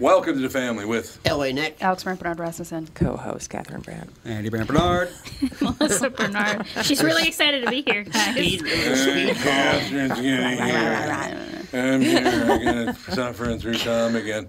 Welcome to the family with LA Nick. Alex Brant Bernard Rasmussen. co-host Catherine Brandt. Andy Brand Bernard. Melissa Bernard. She's really excited to be here, guys. Catherine's getting here. I'm here. I'm gonna suffer through time again.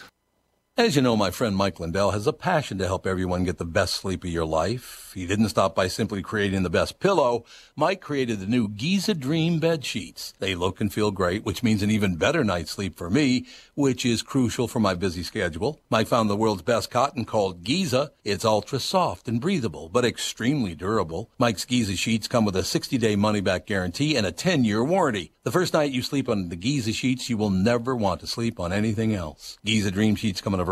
As you know, my friend Mike Lindell has a passion to help everyone get the best sleep of your life. He didn't stop by simply creating the best pillow. Mike created the new Giza Dream bed sheets. They look and feel great, which means an even better night's sleep for me, which is crucial for my busy schedule. Mike found the world's best cotton called Giza. It's ultra soft and breathable, but extremely durable. Mike's Giza sheets come with a 60-day money-back guarantee and a 10-year warranty. The first night you sleep on the Giza sheets, you will never want to sleep on anything else. Giza Dream Sheets come in a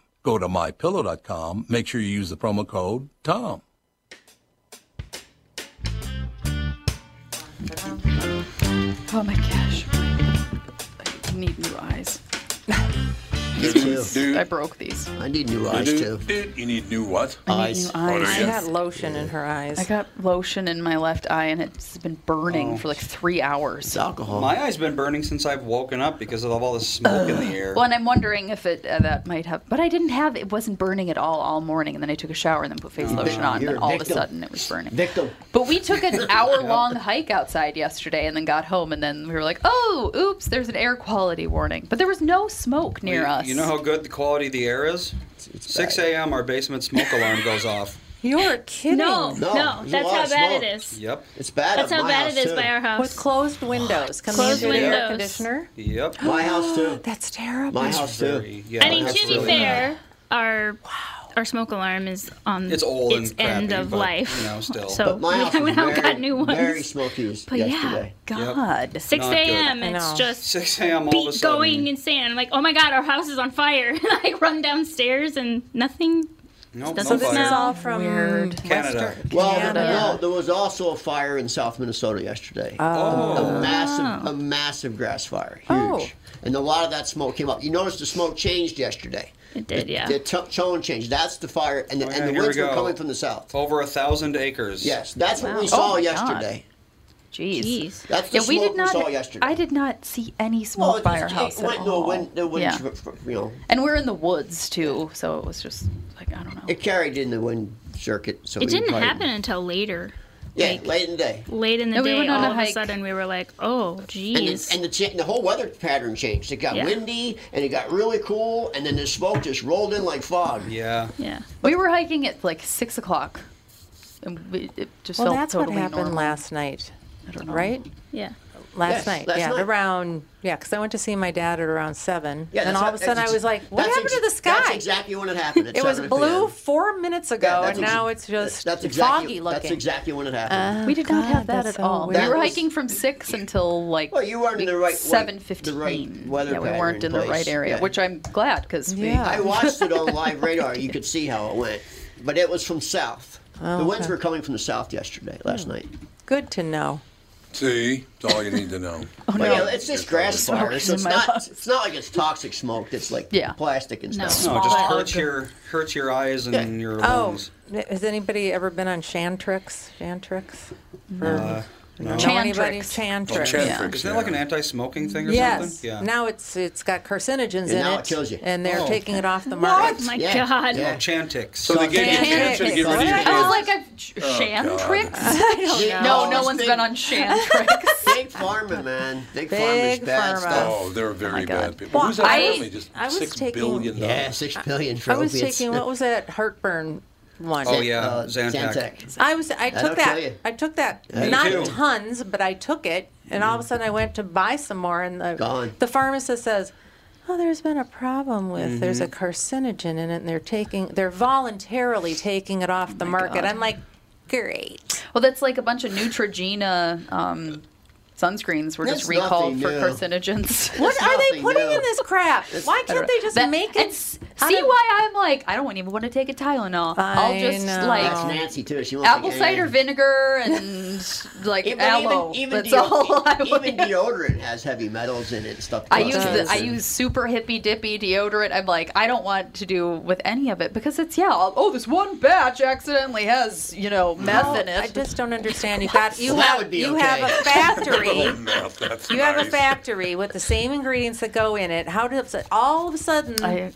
Go to mypillow.com. Make sure you use the promo code TOM. Oh my gosh. I need new eyes. these These too. do- I broke these. I need new eyes too. You need new what? Eyes. What are She you? got lotion in her eyes. I got lotion in my left eye and it's been burning for like three hours. Oh. It's Uh-huh. alcohol. My eye's been burning since I've woken up because of all the smoke in the air. Well, and I'm wondering if it uh, that might have, but I didn't have. It wasn't burning at all all morning, and then I took a shower and then put face lotion on, and Oh, you're then a all of a victim. sudden it was burning. Victim. But we took an hour-long hike outside yesterday, and then got home, and then we were like, "Oh, oops, there's an air quality warning." But there was no smoke near us. You know how good the quality of the air is? 6 a.m., our basement smoke alarm goes off. You're kidding. No, No, no, there's a that's lot how of bad smoke. it is. Yep. It's bad. That's at how my bad house it is too. by our With house. closed windows. Coming Closed into the air windows. conditioner. Yep. My house too. That's terrible. My house too. Very- yeah, I mean, that's to be really bad. fair, our our smoke alarm is on It's old its and crappy, end of but, life. you know, still. So But my house we was went out and very, got new ones. Very smokies But yesterday. yeah, God. 6 Not good. a.m. I It's know. just 6 a.m. all of a beat sudden. going insane. I'm like, oh my god, our house is on fire. I run downstairs and nothing. Nope, Doesn't no This fire. is all from Canada. Western- Well, Canada. no, there was also a fire in South Minnesota yesterday. Oh. A massive, a massive grass fire, huge, Oh. and a lot of that smoke came up. You noticed the smoke changed yesterday. It did, yeah. The t- tone changed. That's the fire, and the, Oh, yeah, and the here we winds were go. coming from the south. Over a thousand acres. Yes, that's what we Oh saw my God. yesterday. Jeez. Jeez. That's the yeah, we did smoke we not. saw yesterday. I did not see any smoke it by just- our house It at went to all. a wind, the wind yeah. f- f- you know, and we're in the woods too, so it was just like I don't know. it carried in the wind circuit. So It we didn't probably- happen until later. Yeah, like- late in the day. Late in the No, we day, went on all a of a hike. sudden, we were like, oh, And geez. the, and the cha- the whole weather pattern changed. It got Yeah. windy and it got really cool, and then the smoke just rolled in like fog. Yeah. yeah. we were hiking at like six o'clock, and we, it just Well, felt that's totally what happened normal. last night, right? Yeah. Last Yes, night, last yeah, night. around, yeah, because I went to see my dad at around seven, Yeah, and that's all how- of a sudden I that's- was like, "What that's happened to the ex- sky?" That's exactly when it happened. at it was 7 blue p.m. four minutes ago, Yeah, that's and ex- now it's just that's exactly, foggy looking. Uh, That's exactly when it happened. We did not God, have that at that's so all. weird. We were That was- hiking from six until like Well, you weren't in the right wea- seven fifteen. the right weather yeah, we pattern weren't in the place. right area, Yeah. which I'm glad because Yeah. I watched it on live radar. You could see how it went, but it was from south. Oh, the winds were coming from the south yesterday, last Hmm. night. Good to know. See, that's all you need to know. Oh no, it's just grass fire. is So in it's my not. house. It's not like it's toxic smoke. That's like Yeah. plastic and No. stuff. No, it just Smog. hurts your hurts your eyes and your Oh, lungs. has anybody ever been on Shantrix? Shantrix? Or- Uh, no. Oh, Know anybody? Chantrix. Chantrix. Chantrix, Yeah. Isn't that like an anti-smoking thing or Yes. something? Yeah. Now it's it's got carcinogens And in now it, it kills you. and they're Oh. taking it off the market. Oh my Yeah. god. Oh, Yeah. Chantix. So they gave you a chance to get rid of your I was kids. like, I've sham tricks. No, No, no it's one's big- been on sham tricks. Big pharma, man. Big, pharma's Big bad pharma. stuff. Oh, they're very God. bad people. Who's that I- family? Just I was six taking- billion Yeah, dollars. six billion for I was opiates. taking what was that heartburn one? Oh, yeah, Uh, Zantac. I was I That'll took kill you. that I took that not too. tons, but I took it, and all of a sudden I went to buy some more, and the Mm. Gone. the pharmacist says. Oh, there's been a problem with there's a Mm-hmm. carcinogen in it, and they're taking they're voluntarily taking it off the market. God. I'm like, great. Well, that's like a bunch of Neutrogena um, sunscreens were just That's recalled nothing for new. carcinogens. What It's are they nothing putting new. in this crap? Why I don't can't they know. just That- make and it? s- out See of- why I'm like, I don't even want to take a Tylenol. I'll I just know. That's like Nancy too. She won't take apple cider anything. vinegar and like Even, aloe. even, even, That's deodorant- all I would. even deodorant has heavy metals in it and stuff. I to use the, cleanse I and- use super hippy dippy deodorant. I'm like, I don't want to do with any of it because it's yeah. I'll- oh, this one batch accidentally has you know meth Oh, in it. I just don't understand. You got you Well, that have would be you okay. have a Oh, factory. Mouth, that's You have a nice. factory with the same ingredients that go in it. How does it all of a sudden I-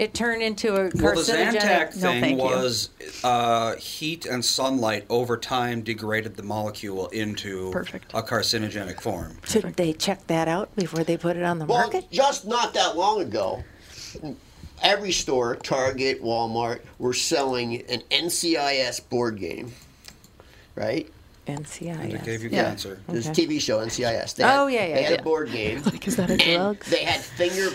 it turn into a Well, the Zantac carcinogenic? No, thing thank you. was uh, heat and sunlight over time degraded the molecule into Perfect. a carcinogenic form. Shouldn't they check that out before they put it on the Well, market? just not that long ago, every store, Target, Walmart, were selling an NCIS board game, right? It gave NCIS. you Yeah. cancer. There's a TV show, NCIS. They Oh, had, yeah, yeah, They had yeah. a board game. is that a and drug? they had finger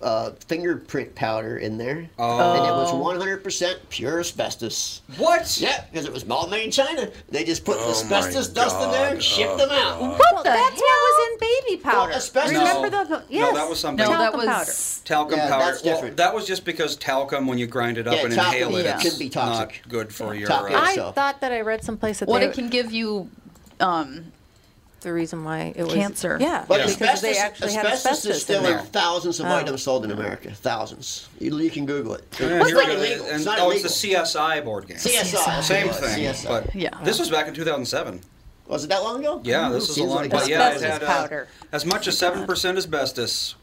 uh, fingerprint powder in there, oh. and it was 100% pure asbestos. What? Yeah, because it was all made in China. They just put Oh, asbestos my dust in there God. and shipped them out. Well, that's what was in baby powder. asbestos- Remember No. the No, yes? that was something- No, that talcum was powder. Talcum Yeah, powder. that's well, different. that was just because talcum, when you grind it up Yeah, and talcum, inhale it, yeah. it's can be toxic. not good for your. Talcum. uh, I so. thought that I read someplace that what they, it can give you um the reason why it was Cancer. Yeah, But because asbestos, they actually had asbestos asbestos is still in in, there. thousands of Oh. items sold in America. Thousands. You, you can Google it. Yeah, it's here not it is. illegal. And- It's not oh, illegal. it's the CSI board game. CSI. Same CSI. thing. CSI. But Yeah. this was back in 2007. Was it that long ago? Yeah, this was a Seems long like but that. yeah, it Asbestos had uh, powder. as much as seven percent asbestos,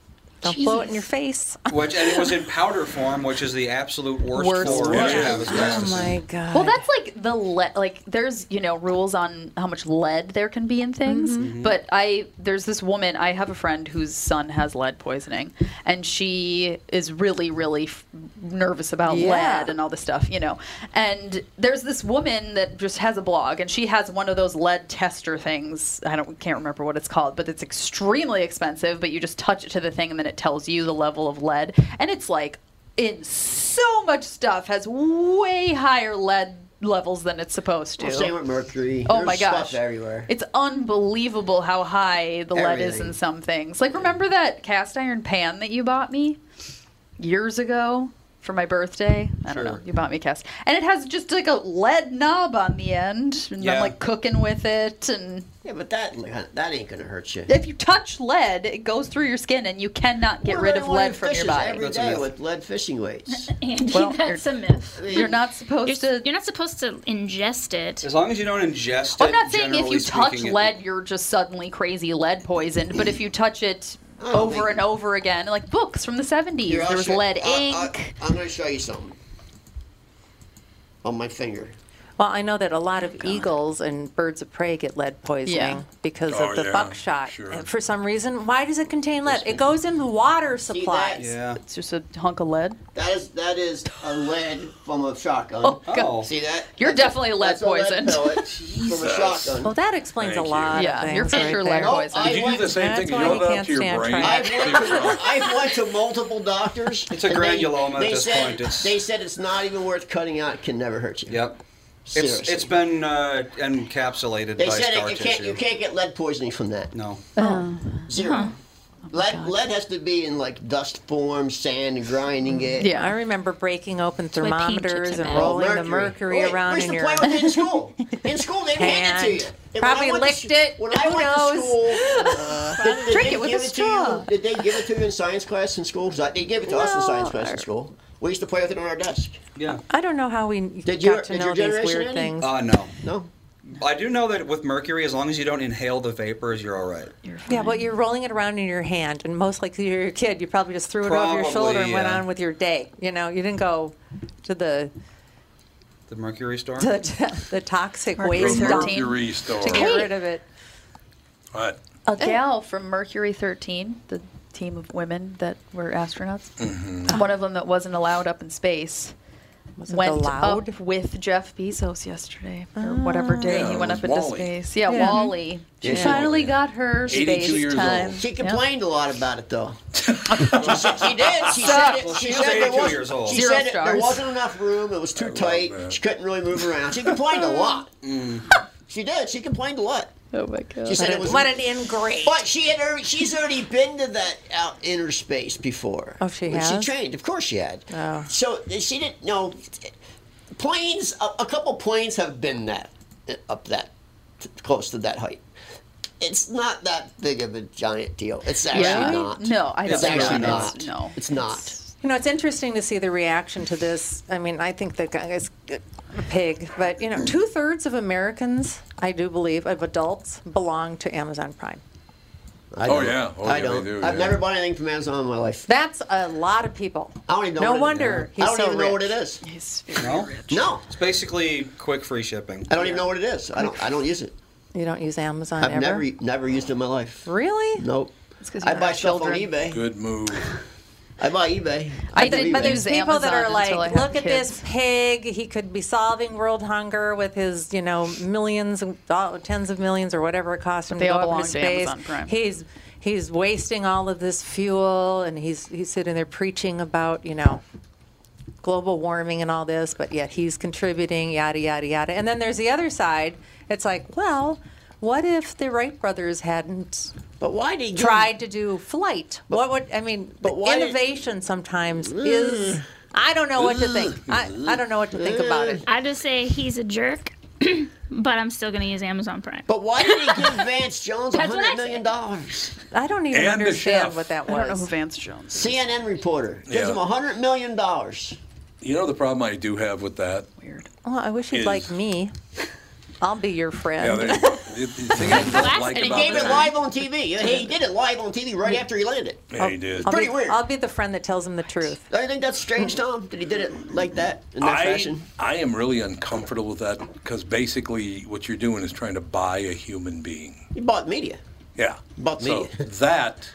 Don't blow it in your face. which and it was in powder form, which is the absolute worst, Worst. form Yeah. to have asbestos. Oh my god. Well, that's like the le- like there's you know rules on how much lead there can be in things, Mm-hmm. but I there's this woman I have a friend whose son has lead poisoning, and she is really really f- nervous about Yeah. lead and all this stuff, you know. And there's this woman that just has a blog, and she has one of those lead tester things. I don't can't remember what it's called, but it's extremely expensive. But you just touch it to the thing, and then it tells you the level of lead, and it's like in so much stuff has way higher lead levels than it's supposed to. Well, same with mercury. Oh There's my gosh. Stuff everywhere. It's unbelievable how high the lead is Everything. in some things. Like remember that cast iron pan that you bought me years ago for my birthday? I don't know. Sure. You bought me a cast. And it has just like a lead knob on the end and Yeah. I'm like cooking with it and Yeah, but that that ain't gonna hurt you. if you touch lead, it goes through your skin and you cannot get We're rid of running away lead from your fishes body. Every That's a day myth. with lead fishing weights. Andy, Well, that's a myth. You're not supposed You're, to you're not supposed to ingest it. As long as you don't ingest it. I'm not saying if generally you touch speaking, it- lead, you're just suddenly crazy lead poisoned, but if you touch it Oh, over wait. uh, and over again, like books from the 70s, Here, I'll there was show- lead I- I- ink. I'm gonna show you something on my finger. Well, I know that a lot of eagles and birds of prey get lead poisoning Yeah. because Oh, of the yeah, buckshot. sure. And For some reason, why does it contain lead? It goes in the water that? supplies. Yeah. it's just a hunk of lead. That is that is a lead from a shotgun. Oh. See that? You're That's a- definitely lead that's a poisoned. pellet from a shotgun. Well, that explains Thank a you. lot Yeah, of things. you're for right sure there. lead No, poison. Oh, I Did you do went- the same That's thing? You why know he that up can't to your stand brain. trial. I've went, to, I've went to multiple doctors. It's a and they- granuloma at they this said- point. It's- They said it's not even worth cutting out. It can never hurt you. Yep. Seriously. It's, it's been uh, encapsulated they by said scar it, you tissue. can't you can't get lead poisoning from that. No. Oh. Oh. Zero. Lead, lead has to be in like dust form, sand, and grinding it. Yeah. I remember breaking open why paint chips thermometers are and bad. Oh, rolling the mercury Wait, around where's in the your. play with it in school? In school, they hand it to Hand. you. And when Probably I went to licked sch- it. When I Who went to knows? school, uh, did, did Drink they it with give a to you- straw. Did they give it to you in science class in school? 'Cause I- they gave it to us in science class in school. We used to play with it on our desk. Yeah. I don't know how we got your- to did know your these generation weird any? things. Uh, no. No. I do know that with mercury, as long as you don't inhale the vapors, you're all right. yeah, but you're rolling it around in your hand, and most likely you're a kid. You probably just threw it over your Probably, shoulder and went yeah. on with your day. You know, you didn't go to the The mercury store. to the, the toxic Mercury waste thirteen. dump to Mercury store. get rid of it. Eh. What? A gal from Mercury 13, the team of women that were astronauts, Mm-hmm. one of them that wasn't allowed up in space. Wasn't went allowed? Ah. up with Jeff Bezos yesterday or whatever day Yeah, he it went was up into Wally. space. Yeah, Yeah. Wally. She Yeah. finally got her 82 space years old. time. She Yeah. complained a lot about it, though. she, said, she did. She said, it, Well, she she was said there 82 was, years old. She Zero said it- there stars. wasn't enough room. It was too tight. that. She couldn't really move around. She complained a lot. Mm. she did. She complained a lot. Oh my god. She said it was What an ingrate! But she had already, she's already been to that out inner space before. Oh, she when has? She trained, of course she had. Oh. So uh, she didn't know. Planes, a, a couple planes have been that uh, up that close to that height. It's not that big of a giant deal. It's actually Yeah. not. No, I It's don't think actually so. not. It's- no. it's not. You know, it's interesting to see the reaction to this. I mean, I think the guy is a pig, but you know, two thirds of Americans, I do believe, of adults belong to Amazon Prime. I Oh, don't. yeah. Oh, I yeah, they don't. do, I've yeah. never bought anything from Amazon in my life. That's a lot of people. I don't even know. No what it- wonder I he's don't so even know what rich. it is. He's very No? rich. No, It's basically quick free shipping. I don't even know what it is. I don't. I don't use it. You don't use Amazon I've ever? never never used it in my life. Really? Nope. 'cause you I don't buy have stuff on children. eBay. Good move. I buy eBay. I do did, But but there's Use people that Amazon are until I like, have look at this kids." pig. He could be solving world hunger with his, you know, millions, and doll- tens of millions, or whatever it costs him they to all go up belong into to space. Amazon Prime. He's he's wasting all of this fuel, and he's he's sitting there preaching about, you know, global warming and all this, but yet he's contributing, yada yada yada. And then there's the other side. It's like, well. What if the Wright brothers hadn't But why did you tried to do flight. what would I mean? but why did- innovation sometimes is. I don't know what to think. I, I don't know what to think about it. I just say he's a jerk. but I'm still gonna use Amazon Prime. But why did he give Vance Jones That's what I $100 million? dollars? I don't even And the understand chef. what that I was. don't know who Vance Jones. Is. CNN reporter. Gives Yeah. him $100 million. dollars. You know the problem I do have with that. Weird. Well, I wish he'd Is- like me. I'll be your Yeah, friend. there you go. the, the thing I don't like And it about Gave it that- live on TV. He did it live on TV right after he landed. Yeah, he did. I'll Pretty be, weird. I'll be the friend that tells him the truth. Don't you think that's strange, Tom? That he did it like that in that I, fashion? I am really uncomfortable with that because basically what you're doing is trying to buy a human being. He bought media. Yeah. But so me. that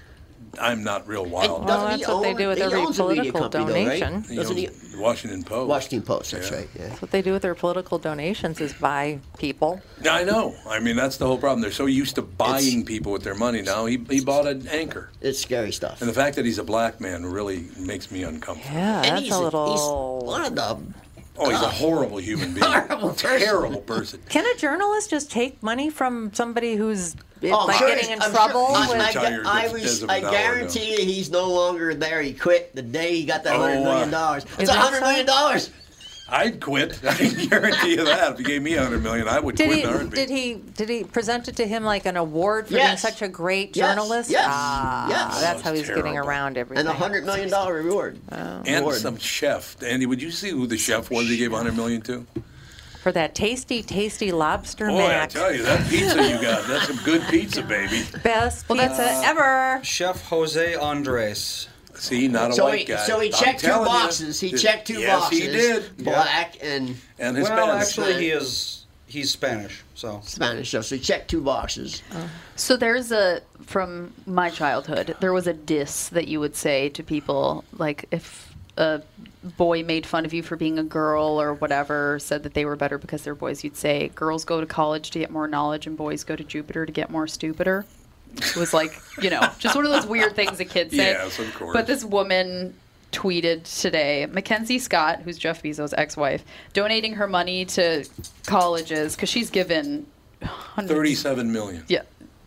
I'm not real And wild. doesn't Well, he that's what they own- do with he every owns a media political company, though, right? donation. You Doesn't know, he? Washington Post. Washington Post. That's Yeah. right. Yeah. That's what they do with their political donations is buy people. I know. I mean, that's the whole problem. They're so used to buying people with their money now. He, he bought an anchor. It's scary stuff. And the fact that he's a black man really makes me uncomfortable. Yeah, And that's he's a he's little. one of the. Oh, he's a horrible human being. Horrible person. Terrible person. Can a journalist just take money from somebody who's Oh, like sure getting he's- in I'm sure- trouble? I- He's with, retired I, as- was- as of I an hour guarantee you, he's no longer there. He quit the day he got that Oh, hundred million uh, dollars. It's that hundred million dollars. I'd quit. I guarantee you that. If he gave me a hundred million, I would did quit he? in a heartbeat. Did he? Did he present it to him like an award for being Yes. such a great Yes, journalist? yes, Ah, yes. that's how he's That's getting terrible. around everything. Oh. And a hundred million dollar reward. And Lord. some chef. Andy, would you see who the chef was he gave a hundred million to? for that tasty, tasty lobster Boy, I mac. tell you, that pizza you got, that's some good pizza, baby. Best pizza ever. Chef Jose Andres. See, not a So white he, guy. so he I'm checked two telling you. boxes. He checked two yes, boxes. he did. Black and And Hispanic. Well, actually, he is. He's Spanish, so Spanish stuff. So he checked two boxes. So there's a from my childhood. There was a diss that you would say to people like if a boy made fun of you for being a girl or whatever, said that they were better because they're boys. You'd say girls go to college to get more knowledge and boys go to Jupiter to get more stupider. It was like you know just one of those weird things that kids say. Yes, of course. But this woman tweeted today Mackenzie Scott, who's Jeff Bezos' ex wife, donating her money to colleges because she's given hundreds Thirty-seven million. yeah,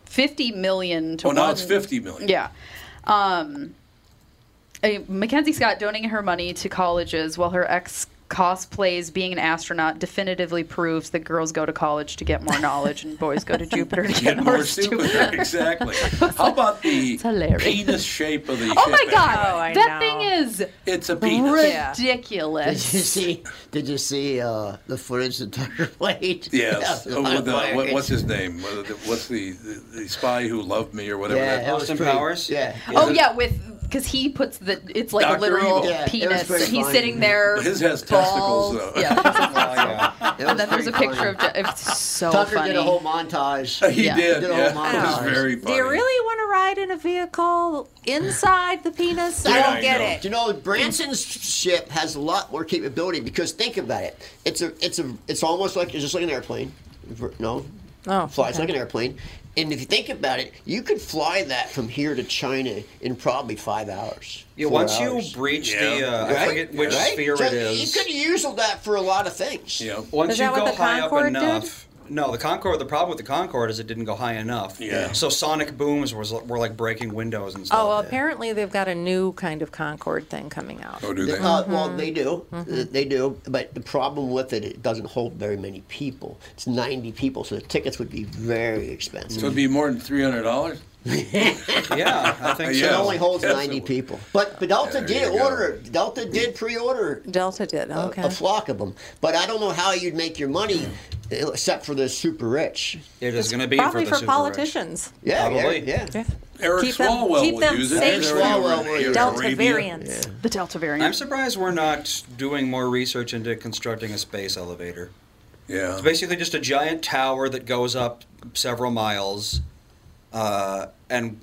fifty million to Oh, one. now it's fifty million. Yeah, um, a- Mackenzie Scott donating her money to colleges while her ex cosplays being an astronaut definitively proves that girls go to college to get more knowledge and boys go to Jupiter to get, Get more stupid. stupider. exactly. How about the hilarious. penis shape of the Oh my ship? god, Oh, I know. that thing is It's a penis. Yeah. ridiculous. Did you see? Did you see uh, the footage that Tucker played? Yes. Yeah, Oh, with the, what, hilarious. what's his name? What- the- What's the, the, the spy who loved me or whatever? Yeah, that- that was Austin pretty- Powers? Yeah. Oh yeah, with because he puts the it's like Dr. a literal Evil. Yeah, it was penis, pretty and he's funny. sitting there. His has balls. testicles, though. Yeah, yeah. It was and then there's pretty a picture funny. of Jeff. It's so Tucker funny. did a whole montage. He Yeah. did. Did a yeah. whole It was montage. very funny. Do you really want to ride in a vehicle inside the penis? I Yeah, don't I get know. it. You know, Branson's ship has a lot more capability because think about it. It's a, it's a, it's almost like it's just like an airplane. No, Oh, flies okay. like an airplane. And if you think about it, you could fly that from here to China in probably five hours. Yeah, four once hours. you breach the, Yeah. uh, I Right? forget which Right? sphere So it is. You could use that for a lot of things. Yeah. Once Is you that what go the high up Concorde did? enough. No, the Concorde. The problem with the Concorde is it didn't go high enough. Yeah. So sonic booms was were like breaking windows and stuff. Oh, well, apparently they've got a new kind of Concord thing coming out. Oh, do they? Uh, well, Mm-hmm. they do, Uh, they do. But the problem with it, it doesn't hold very many people. It's ninety people, so the tickets would be very expensive. so it'd be more than three hundred dollars. yeah, I think Yeah. It so. only holds Yes, it 90 would. people. But, but Delta there did you go. order, Delta did pre order Delta did. Okay. a flock of them. But I don't know how you'd make your money except for the super rich. It is going to be Probably for, for, the super rich. politicians. Yeah, yeah, Probably. yeah. Eric Keep them- Swalwell keep will them use safe it. He's from already over Swalwell in or Delta Arabia. variants. the Delta variant. I'm surprised we're not doing more research into constructing a space elevator. Yeah. It's basically just a giant tower that goes up several miles, uh, and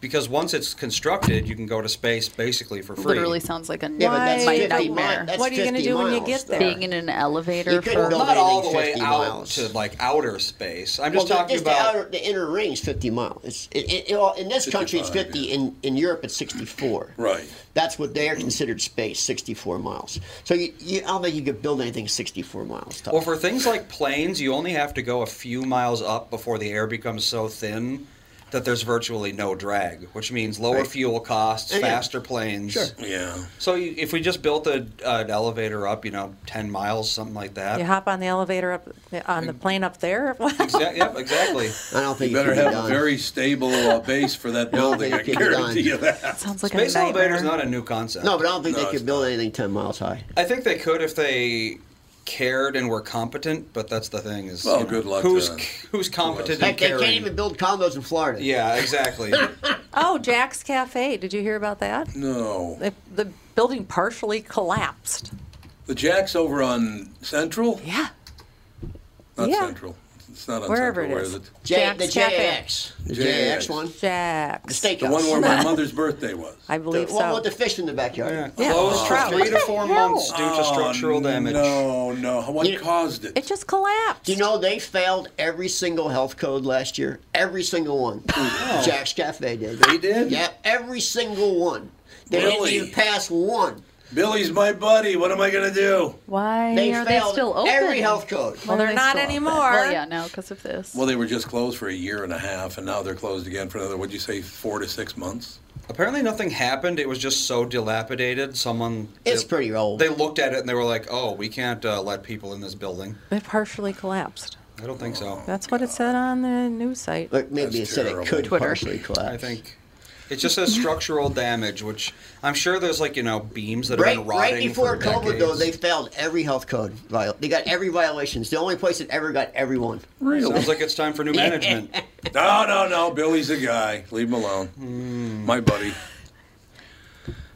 because once it's constructed, you can go to space basically for free. Literally sounds like a Yeah, but that's my 50 nightmare. mi- that's What are you gonna 50 do when you miles, get there? though. Being in an elevator You couldn't for build not all the anything way 50 out miles. to like outer space. I'm Well, just the- talking just about the, outer, the inner ring's 50 miles. It's, it, it, it all- in this country, it's 55, 50. yeah. In, in Europe, it's 64. Right. That's what they are considered space, 64 miles. So you, you, I don't think you could build anything 64 miles. Tough. Well, for things like planes, you only have to go a few miles up before the air becomes so thin that there's virtually no drag, which means lower Right. fuel costs, Yeah, yeah. faster planes. Sure. Yeah. So you, if we just built a, an elevator up, you know, 10 miles, something like that. You hop on the elevator up on the plane up there. Exa- yep, exactly. I don't think You it better can be have a done. very stable uh, base for that building. think I it can be guarantee done. you that. Sounds like Space a nightmare. elevator is not a new concept. No, but I don't think No, they it's could build anything ten miles high. I think they could if they cared and were competent, but that's the thing is Well, you know, good luck to Who's them. who's competent Heck, and they caring? can't even build condos in Florida. Yeah, exactly. oh, Jack's Cafe. Did you hear about that? No. The, the building partially collapsed. The Jack's over on Central? Yeah. Not yeah. Central. It's not on Wherever it Central. Where is. is it? J, the Jack's Cafe. JX, the JX. JX one, the Jack's. steakhouse, The one where my mother's birthday was. I the believe one so. with the fish in the backyard. Yeah, Closed the for trout. three to four months due to structural damage. Oh, No, no. What You- caused it? It just collapsed. You know they failed every single health code last year. Every single one. Jack's Cafe did. They Oh. did? Yeah, every single one. They Really? didn't even pass one. Billy's my buddy. What am I going to do? Why They are they failed still open? every health code. Well, Why are they're they not still open? anymore. Well, yeah, no, because of this. Well, they were just closed for a year and a half, and now they're closed again for another, what'd you say, four to six months? Apparently, nothing happened. It was just so dilapidated. Someone It's they- pretty old. They looked at it and they were like, "Oh, we can't uh, let people in this building." It partially collapsed. I don't think so. That's what it said on the news site. But maybe That's it said terrible. it could Twitter. partially collapse. I think it just says structural damage, which I'm sure there's like you know beams that Right, have been rotting right before for COVID, though, decades. they failed every health code. viol- They got every violation. It's the only place that ever got every one. Sounds like it's time for new management. No, no, no. Billy's a guy. Leave him alone. Hmm. My buddy.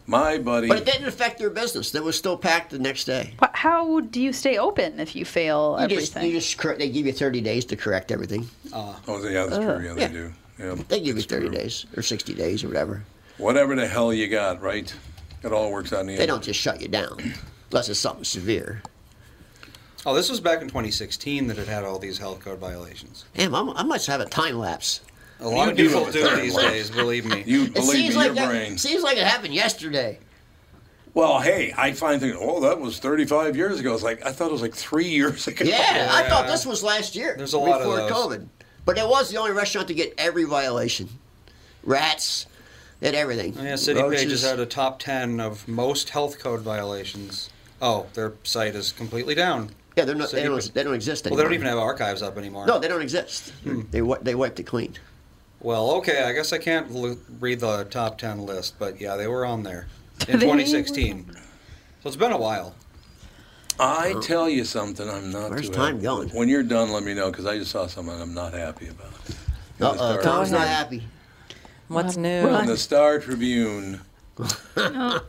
My buddy. But it didn't affect their business. They were still packed the next day. But how do you stay open if you fail You just, everything? you just correct, they give you 30 days to correct everything. Oh, yeah, that's Uh, true. Yeah, they do. Yeah. They give you That's 30 true. days or 60 days or whatever. Whatever the hell you got, right? It all works out in the end. They don't just shut you down unless it's something severe. Oh, this was back in 2016 that it had all these health code violations. Damn, I'm, I must have a time lapse. A lot You of do people it. do these days, believe me. You It believe seems me, like your that- brain. seems like it happened yesterday. Well, hey, I find things. Oh, that was 35 years ago. It's like I thought it was like three years ago. Yeah, I thought this was last year. There's a lot of before those. COVID, but it was the only restaurant to get every violation. Rats, they had everything. Oh, yeah, City Pages Roaches. had a top 10 of most health code violations. Oh, their site is completely down. Yeah, they're not. They City don't, Pa- they don't exist Well, anymore. they don't even have archives up anymore. No, they don't exist. Hmm. They wi- they wiped it clean. Well, okay, I guess I can't l- read the top 10 list, but yeah, they were on there in They were 2016. So it's been a while. I tell you something, I'm not. Where's too time happy. going? When you're done, let me know because I just saw something I'm not happy about. In the Uh-oh, Star- Tom's not happy. What's in new? the Star Tribune. Um,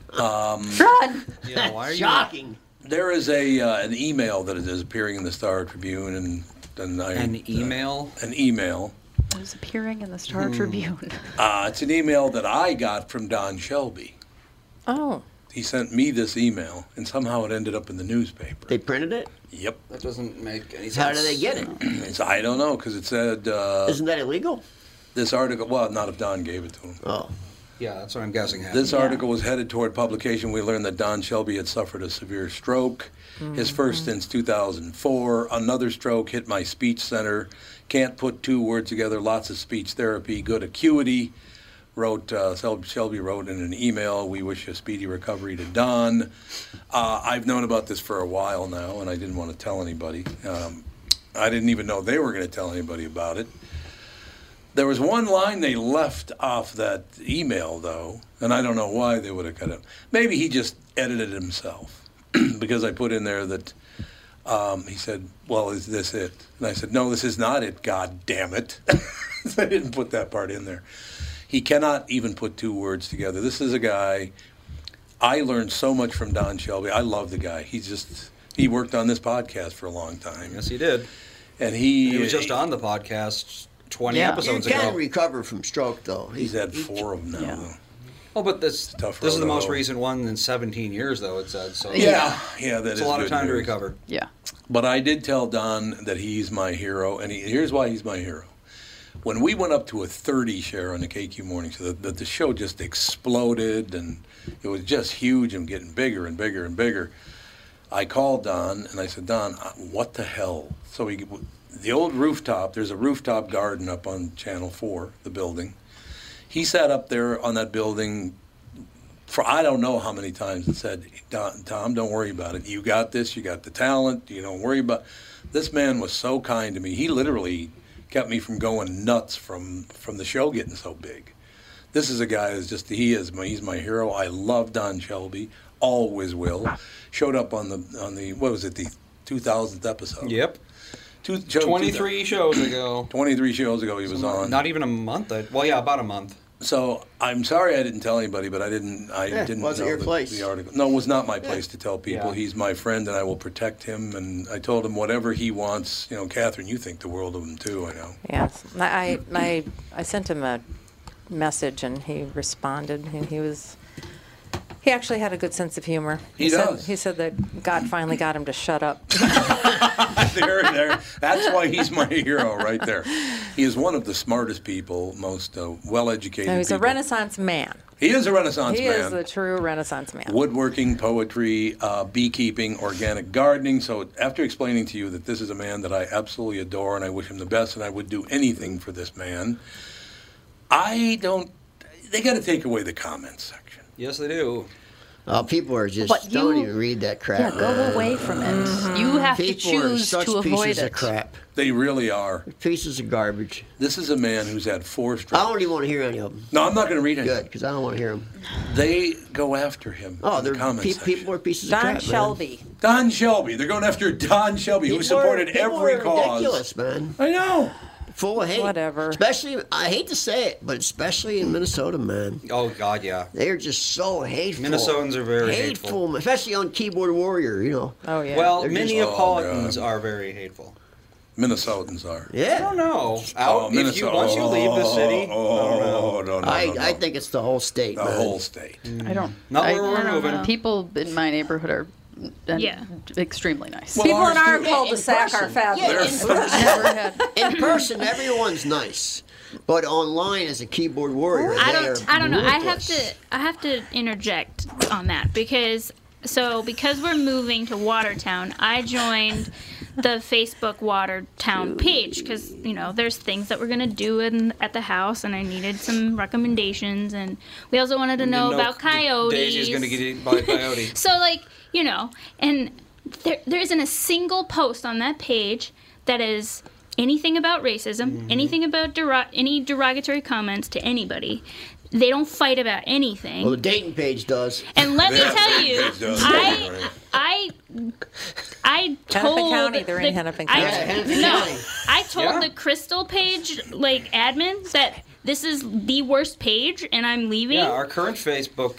Run! Yeah, why are you? Shocking. There is a uh, an email that is appearing in the Star Tribune, and then I uh, An email? an email. It was appearing in the Star Tribune. Uh, it's an email that I got from Don Shelby. Oh, He sent me this email, and somehow it ended up in the newspaper. They printed it. Yep. That doesn't make any sense. How do they get it? It's, I don't know because it said uh, Isn't that illegal? this article. Well, not if Don gave it to him. Oh, Yeah, that's what I'm guessing happened. This article was headed toward publication. We learned that Don Shelby had suffered a severe stroke, his first since 2004. Another stroke hit my speech center. Can't put two words together. Lots of speech therapy. Good acuity. Wrote uh, Sel- Shelby wrote in an email. We wish a speedy recovery to Don. Uh, I've known about this for a while now, and I didn't want to tell anybody. Um, I didn't even know they were going to tell anybody about it. There was one line they left off that email, though, and I don't know why they would have cut it. Maybe he just edited himself because I put in there that um, he said, Well, is this it? And I said, No, this is not it, God damn it. so I didn't put that part in there. He cannot even put two words together. This is a guy. I learned so much from Don Shelby. I love the guy. He's just, he worked on this podcast for a long time. Yes, he did. And he, He was just on the podcast 20 Yeah. you episodes can ago. recover from stroke though. He's had four of them now, though. Oh, but this tough this is road the to most hoe. recent one in 17 years, though it said. So Yeah, yeah, that it's is a lot of good time to news. recover. yeah. But I did tell Don that he's my hero, and he, here's why he's my hero. When we went up to a 30 share on the KQ Morning Show, that the, the show just exploded, and it was just huge and getting bigger and bigger and bigger. I called Don and I said, Don, uh, what the hell? So he, the old rooftop, there's a rooftop garden up on Channel 4, the building. He sat up there on that building for I don't know how many times and said, "Don- Tom, don't worry about it. You got this. You got the talent. You don't worry about. This man was so kind to me. He literally kept me from going nuts from, from the show getting so big. This is a guy that's just, he is, my, he's my hero. I love Don Shelby. Always will. Showed up on the, on the, what was it, the 2000th episode? Yep. Two, show- 23 shows ago. 23 shows ago he was on. Not even a month. I- Well, yeah, about a month. So I'm sorry I didn't tell anybody, but I didn't. I Yeah, didn't. wasn't know your the, place. The article. No, it was not my place to tell people. Yeah. He's my friend, and I will protect him. And I told him whatever he wants. You know, Catherine, you think the world of him too. I know. Yes, I, I, I, I sent him a message and he responded, and he was. He actually had a good sense of humor. He said, does. he said that God finally got him to shut up. there, there. That's why he's my hero right there. He is one of the smartest people, most uh, well-educated. No, he's a people. Renaissance man. he is a Renaissance he man. is the true Renaissance man. woodworking, poetry, uh, beekeeping, organic gardening. So after explaining to you that this is a man that I absolutely adore and I wish him the best and I would do anything for this man, I don't. They got to take away the comments section. Yes, they do. Oh, people are just But don't you- even read that Yeah, crap. go away from it. You have to People are choose such to avoid pieces of it. crap. They really are. Pieces of garbage. This is a man who's had four strokes. I don't even want to hear any of them. No, I'm not going to read any. Good, because I don't want to hear them. They go after him. Oh, in the they're comments pe- section. people are pieces Don of crap. man. Shelby. Don Shelby. They're going after Don Shelby, who People are- supported people every are cause. Ridiculous, man. I know. Full of hate. Whatever. Especially, I hate to say it, but especially in Minnesota, man. Oh, God, yeah. They are just so hateful. Minnesotans are very hateful. hateful, especially on Keyboard Warrior. You know. Oh yeah. Well, They're just- Oh, Minneapolitans are very hateful. Minnesotans are. I Yeah. don't know. Out, Oh, if you, once you leave the city, Oh, I don't know. no, no, no, I, no. I think it's the whole state. the man. whole state. I don't. Not I- where I we're don't moving. know. People in my neighborhood are and Yeah. extremely nice. Well, People in ours our do. cul-de-sac are person. Yeah, fabulous. in I've never had. In person, everyone's nice, but online as a keyboard warrior, I they don't. are I don't know. I have ruthless. to. I have to interject on that because so because we're moving to Watertown, I joined the Facebook Watertown page because you know there's things that we're gonna do in at the house, and I needed some recommendations, and we also wanted to know, about coyotes. Daisy's going to get eaten by a coyote. So like you know, and there, there isn't a single post on that page that is anything about racism, anything about dero- any derogatory comments to anybody. They don't fight about anything. Well, the dating page does. and let me Yeah, tell they- you, they don't, don't worry. I, I, I Hennepin told County, they're in Hennepin I- County. Yeah, Hennepin County. no, I told Yeah. the Crystal page like admin that this is the worst page, and I'm leaving. Yeah, our current Facebook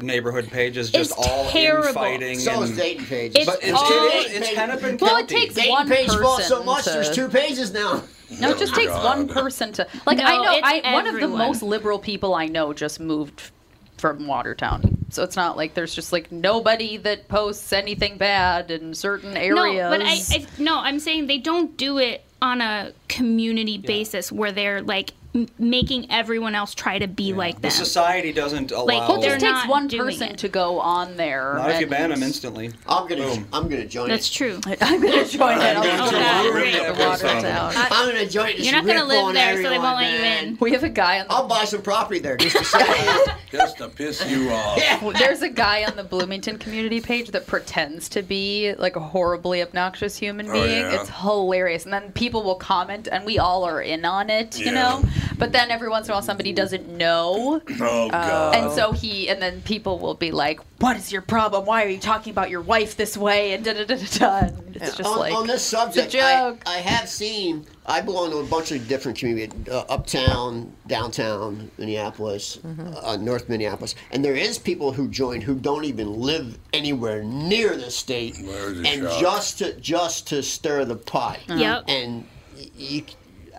neighborhood page is just It's all terrible. infighting. So is and- dating page. It's- but it's, all- it is- it's Hennepin Well, it County. takes dating one page falls person so much. to- There's two pages now. No, it Oh just takes one God. person to like. No, I know. it's I one of the everyone. most liberal people I know just moved from Watertown, so it's not like there's just like nobody that posts anything bad in certain areas. No, but I, I no, I'm saying they don't do it on a community basis where they're like m- making everyone else try to be like the them. society doesn't allow. Like, Well, it they're just takes not one doing person it. to go on there. not if you and- ban them instantly. I'm gonna. Boom. I'm gonna join. That's it. true. I'm gonna join it. gonna I'll join go it. down Great. to Watertown. I'm gonna join. it. You're not Just gonna rip live on there, so they everyone, won't let you man. in. We have a guy on the I'll buy some property there just to say. Just to piss you off. Well, There's a guy on the Bloomington community page that pretends to be like a horribly obnoxious human Oh, being. yeah. It's hilarious. And then people will comment, and we all are in on it, you Yeah. know? But then every once in a while, somebody doesn't know. Uh, Oh God. And so he, and then people will be like, What is your problem? Why are you talking about your wife this way? And da da da da da. And It's just on, like, on this subject, I, joke. I have seen. I belong to a bunch of different communities, uh, uptown, downtown Minneapolis, uh, North Minneapolis, and there is people who join who don't even live anywhere near the state, Where's the and shock? just to just to stir the pot. Yep. And y- you,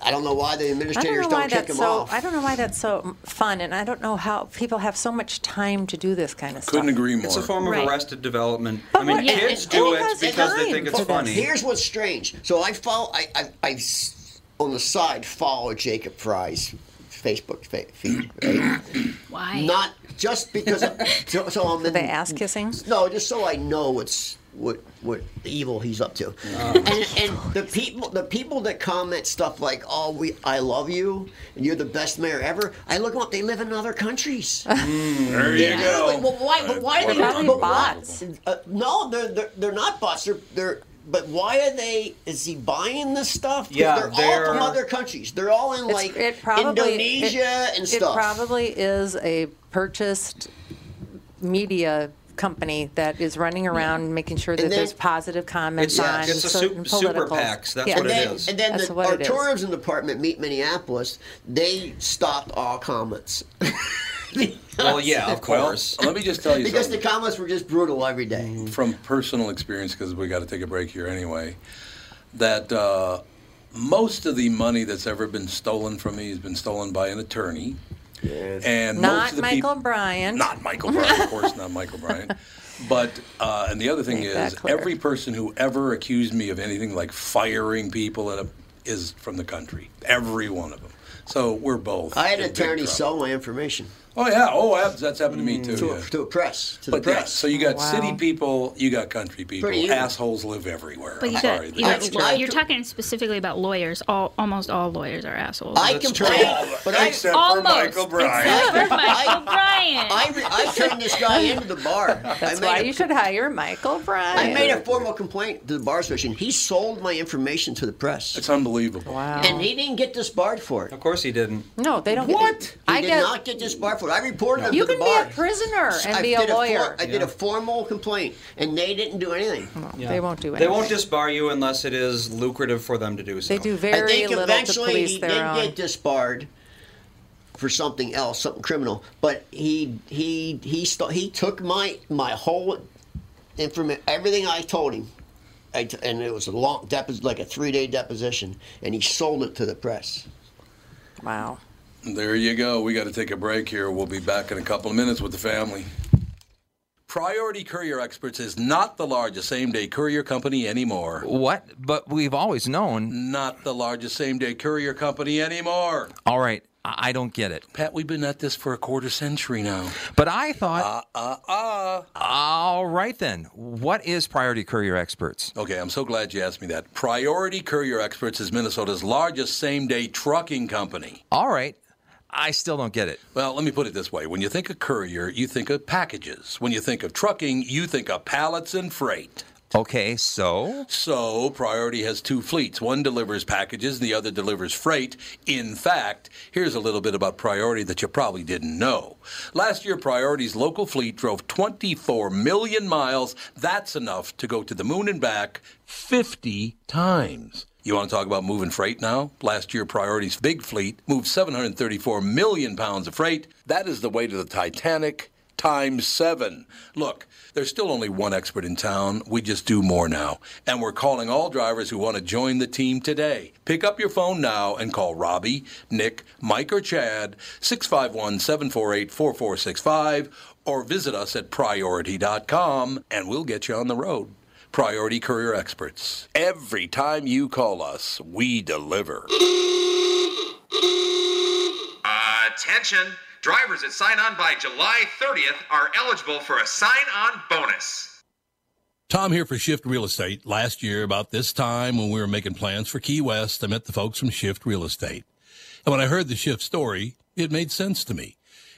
I don't know why the I don't administrators know don't, why kick that's them so. off. I don't know why that's so fun, and I don't know how people have so much time to do this kind of stuff. Couldn't agree more. It's a form of Right. arrested development. I But mean, what- Yeah. kids and do who it has because they time think for it's this? funny. Here's what's strange. So I follow. I, I, I s- on the side follow Jacob Fry's Facebook fa- feed. Right? Why? Not just because. I, so, so I'm Are in, they ass kissing? No, just so I know what's what what evil he's up to. And, and the people the people that comment stuff like, "Oh, we I love you and you're the best mayor ever." I look them up. They live in other countries. Mm. There you Really? go. Well, why? But why are they Probably but why- bots. Uh, no, they're, they're they're not bots. They're they're. But why are they? Is he buying this stuff? 'Cause Yeah, they're, they're- all from other countries. They're all in It's- like it probably, Indonesia it, and stuff. It probably is a purchased media company that is running around making sure that And then- there's positive comments It's- on it's a so- sup- super politicals. PACs, that's what and it then, is. and then That's the, what our it is. tourism department, Meet Minneapolis, they stopped all comments Well, yeah, of Well, course. let me just tell you because the something. Mm-hmm. comments were just brutal every day. from personal experience because we got to take a break here anyway that uh, most of the money that's ever been stolen from me has been stolen by an attorney and most Not of the Michael peop- Bryant. not Michael Bryant, of course, not Michael Bryant. But uh, and the other thing Make that is, clear. every person who ever accused me of anything like firing people and is from the country. Every one of them. So we're both. I had in an big attorney trouble. sell my information Oh yeah. Oh, that's- that's happened to me too. Mm. to, yeah. a, to a press, to But the yeah, press. so you got Oh, wow. city people, you got country people. Pretty evil. Assholes live everywhere. But I'm you sorry. got, you that's got, true. I- you're talking specifically about lawyers. All almost all lawyers are assholes. I That's complained, true. but I, Oh, Except almost. for Michael Bryant. Except for Michael Bryant. I, re- I turned this guy into the bar. I That's made why a- you should hire Michael I Bryant. made a formal complaint to the bar association. He sold my information to the press, It's unbelievable. wow. and he didn't get disbarred for it. Of course he didn't. no, they don't. What? He I did guess not get disbarred for it. I reported him you to the can be a bar. prisoner and I be a did for- lawyer. I did a formal complaint, and they didn't do anything. They won't do They anything. won't disbar you unless it is lucrative for them to do so. They do I very think little to eventually police he their did own. get disbarred for something else, something criminal. But he he he st- he took my my whole information, everything I told him, I t- and it was a long deposition, like a three day deposition, and he sold it to the press. wow. There you go. We got to take a break here. We'll be back in a couple of minutes with the family. Priority Courier Experts is not the largest same day courier company anymore. What? But we've always known. Not the largest same day courier company anymore. All right, I I don't get it. Pat, we've been at this for a quarter century now. But I thought, Uh uh. all right then, what is Priority Courier Experts? Okay, I'm so glad you asked me that. Priority Courier Experts is Minnesota's largest same day trucking company. All right, I still don't get it. Well, let me put it this way. When you think of courier, you think of packages. When you think of trucking, you think of pallets and freight. Okay, so So, Priority has two fleets. One delivers packages, the other delivers freight. In fact, here's a little bit about Priority that you probably didn't know. Last year, Priority's local fleet drove 24 million miles. That's enough to go to the moon and back 50 times. You want to talk about moving freight now? Last year, Priority's big fleet moved 734 million pounds of freight. That is the weight of the Titanic times seven. Look, there's still only one expert in town. We just do more now. And we're calling all drivers who want to join the team today. Pick up your phone now and call Robbie, Nick, Mike, or Chad, 651 748 4465, or visit us at priority.com and we'll get you on the road. Priority Courier Experts. Every time you call us, we deliver. Attention! Drivers that sign on by July 30th are eligible for a sign on bonus. Tom here for Shift Real Estate. Last year, about this time when we were making plans for Key West, I met the folks from Shift Real Estate. And when I heard the Shift story, it made sense to me.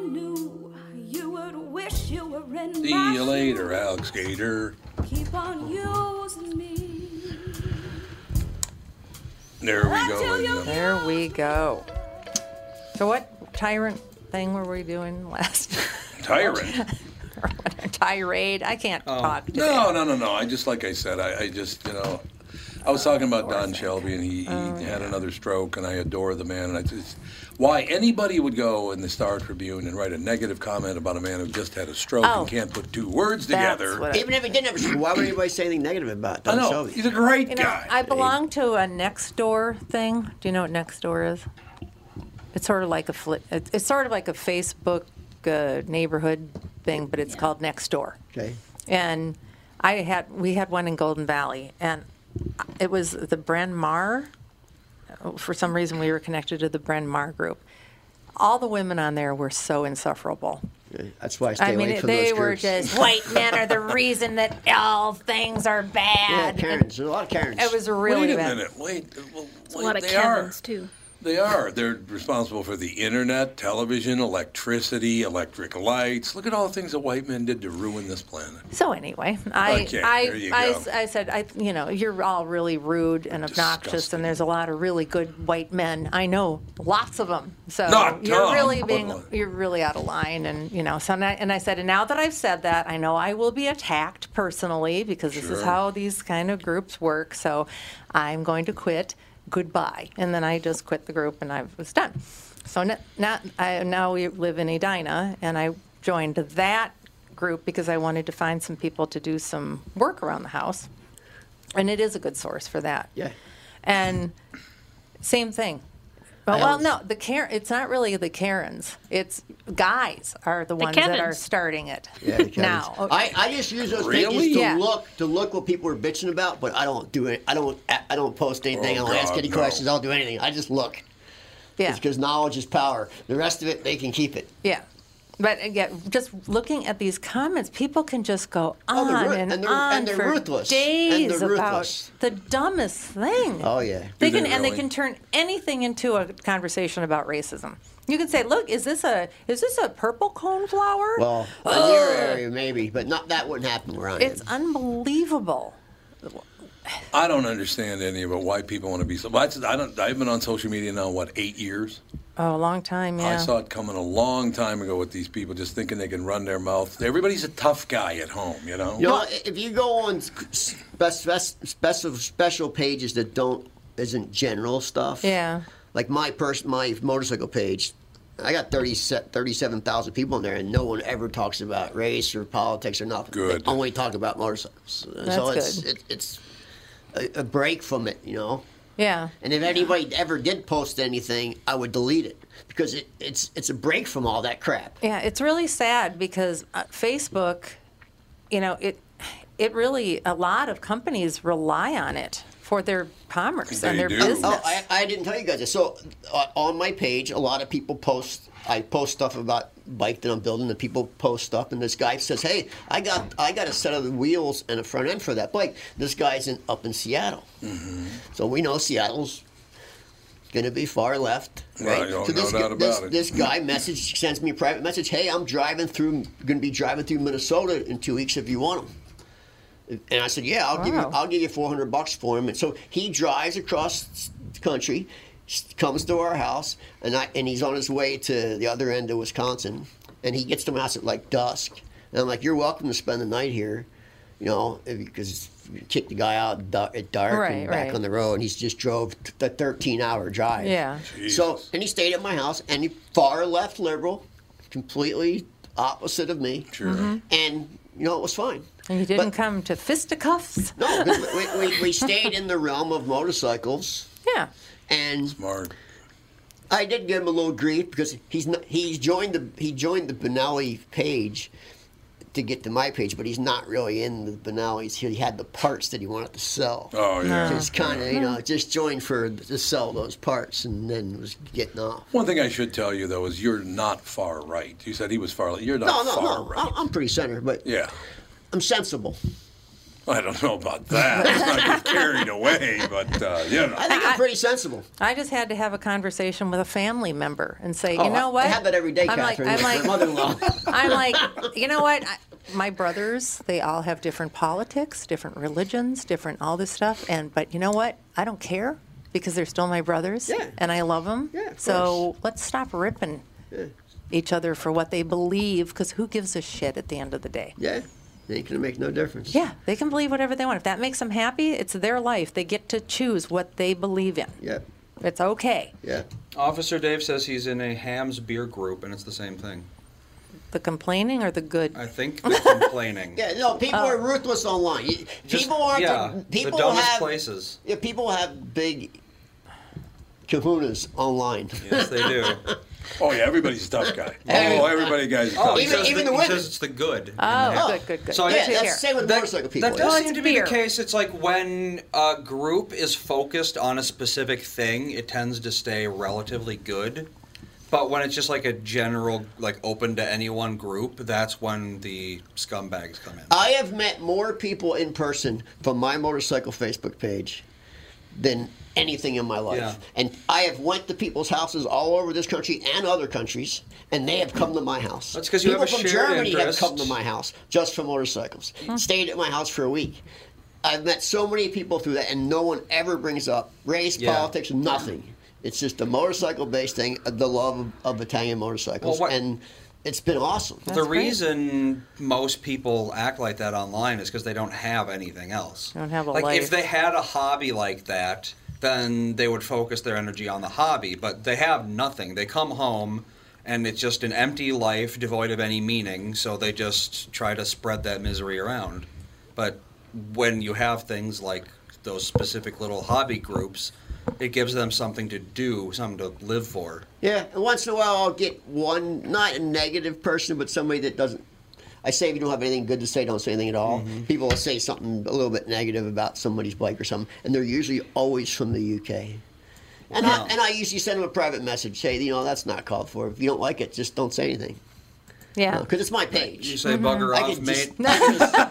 knew, you would wish you were in See my you later, Alex Gator. shoes. Keep on using me. There we go. Until ladies and you gentlemen. There we go. So what tyrant thing were we doing last? Tyrant. Tirade. I can't Oh. talk. No, no, no, no. I just, like I said, I, I just, you know, I was talking about Don Shelby, and he, he Oh, had another stroke, and I adore the man. And I just, why anybody would go in the Star Tribune and write a negative comment about a man who just had a stroke Oh. and can't put two words together. Even if he didn't have a stroke, why would anybody say anything negative about Don I know. Shelby? He's a great You know, I belong to a next door thing. Do you know what next door is? It's sort of like a fli- it- it's sort of like a Facebook uh, neighborhood thing, but it's called next door. Okay. And I had we had one in Golden Valley, and it was the Bryn Mawr. For some reason, we were connected to the Bryn Mawr group. All the women on there were so insufferable. That's why I stay mean, away from they those were groups. just white men are the reason that all things are Yeah, bad. Karens. There's a lot of Karens. It was wait really a bad. minute. Wait. Well, It's a lot of they are. Kevin's too. They are. They're responsible for the internet, television, electricity, electric lights. Look at all the things that white men did to ruin this planet. So anyway, I Okay, I, there you I, go. I said I you know you're all really rude and obnoxious and there's a lot of really good white men I know lots of them so Not you're Tom, really but being like- you're really out of line and you know so and I, and I said and now that I've said that I know I will be attacked personally because this is Sure. how these kind of groups work so I'm going to quit goodbye and then I just quit the group and I was done so now, now, I, now we live in Edina and I joined that group because I wanted to find some people to do some work around the house. And it is a good source for that. Yeah. And same thing. I Well, well, always- no, the Karen, it's not really the Karens. It's guys are the, The ones that are Kevins. starting it Yeah, the Karens. now. I, I just use those Really? pages to Yeah. look to look what people are bitching about, but I don't do it. I don't I don't post anything. Oh, I don't ask God, any no. questions. I don't do anything. I just look. Yeah. Because knowledge is power. The rest of it, they can keep it. Yeah. But again, just looking at these comments, people can just go Oh, on they're ru- and, and they're- on and they're for ruthless. And they're days ruthless. about the dumbest thing. Oh yeah. They can and they can turn anything into a conversation about racism. You can say, "Look, is this a is this a purple coneflower?" Well, in your Oh. area maybe, but not that wouldn't happen where I am. it's unbelievable. I don't understand any of it. Why people want to be so? well, that's- I don't. I've been on social media now what eight years. Oh, a long time, yeah. I saw it coming a long time ago with these people just thinking they can run their mouth. Everybody's a tough guy at home, you know. You know, if you go on special special special pages that don't isn't general stuff. Yeah. Like my pers- my motorcycle page, I got 30, 37,000 people in there, and no one ever talks about race or politics or nothing. Good. They only talk about motorcycles. so That's it's good. It, it's a, a break from it, you know. yeah. And if anybody ever did post anything, I would delete it because it, it's it's a break from all that crap. Yeah, it's really sad because uh, Facebook, you know, it it really a lot of companies rely on it for their commerce and their business. Oh, I, I didn't tell you guys this. So uh, on my page, a lot of people post. I post stuff about bike that I'm building, and people post stuff. And this guy says, "Hey, I got I got a set of wheels and a front end for that bike." This guy's in up in Seattle, Mm-hmm. so we know Seattle's going to be far left. Right? Right, oh, so no this, doubt this, about it. this guy message sends me a private message. Hey, I'm driving through. Going to be driving through Minnesota in two weeks if you want them. And I said, "Yeah, I'll give you. Wow. I'll give you 400 bucks for him." And so he drives across the country, s- comes to our house, and I and he's on his way to the other end of Wisconsin, and he gets to my house at like dusk. And I'm like, "You're welcome to spend the night here, you know, because you kick the guy out da- at dark Right, and back right. on the road." And he's just drove t- the 13 hour drive. Yeah. So and he stayed at my house, and he far left liberal, completely opposite of me. Sure. Mhm. And you know, it was fine. and you didn't come to fisticuffs. No, 'cause we, we, we stayed in the realm of motorcycles. Yeah. And smart. I did give him a little grief because he's not, he joined the he joined the Benelli page to get to my page, but he's not really in the Benelli's. He had the parts that he wanted to sell. Oh, yeah. So it's kind of you Yeah. know just joined for to sell those parts, and then was getting off. One thing I should tell you though is you're not far right. You said he was far. You're No, not no, far no. right. I- I'm pretty center, but Yeah. I'm sensible. I don't know about that. Let's not get carried away, but uh, you know. I think I'm pretty sensible. I just had to have a conversation with a family member and say, Oh, you know I- what? I have that every day, I'm like, Catherine. I'm with like, my mother-in-law. I'm like, you know what? I, my brothers, they all have different politics, different religions, different all this stuff. And but you know what? I don't care because they're still my brothers, and I love them. so let's stop ripping each other for what they believe, because who gives a shit at the end of the day? Yeah, they can make no difference. Yeah, they can believe whatever they want. If that makes them happy, it's their life. They get to choose what they believe in. Yeah. It's okay. Yeah. Officer Dave says he's in a Hams beer group, and it's the same thing. The complaining or the good? I think they're complaining. Yeah, no, people Oh. are ruthless online. You- Just- people aren't. yeah, the- the people dumbest have, places. Yeah, people have big kahunas online. Yes, they do. Oh yeah, everybody's a tough guy. Hey. Oh, everybody guys. Oh, he Even- says even that- the he women. says it's the good. in Oh, Hams. good, good, good. So I yeah, take that's the care. same with motorcycle people. That does Well, it's seem to be beer. the case. It's like when a group is focused on a specific thing, it tends to stay relatively good. But when it's just like a general, like open to anyone group, that's when the scumbags come in. I have met more people in person from my motorcycle Facebook page than anything in my life. Yeah. And I have went to people's houses all over this country and other countries, and they have come to my house. That's 'cause you have people a from shared Germany interest. have come to my house just for motorcycles. Stayed at my house for a week. I've met so many people through that, and no one ever brings up race, Yeah. politics, nothing. It's just a motorcycle-based thing, uh, the love of, of Italian motorcycles, Well, what- and it's been awesome. the great. reason most people act like that online is because they don't have anything else. They don't have a like life. if they had a hobby like that, then they would focus their energy on the hobby. But they have nothing. They come home and it's just an empty life devoid of any meaning. So they just try to spread that misery around. But when you have things like those specific little hobby groups, it gives them something to do, something to live for. Yeah, and once in a while I'll get one, not a negative person, but somebody that doesn't. I say if you don't have anything good to say, don't say anything at all. People will say something a little bit negative about somebody's bike or something, and they're usually always from the UK. And, I, and I usually send them a private message, hey, you know, that's not called for. If you don't like it, just don't say anything. Yeah. Mm-hmm. Because it's my page. You say bugger I off, could just- mate.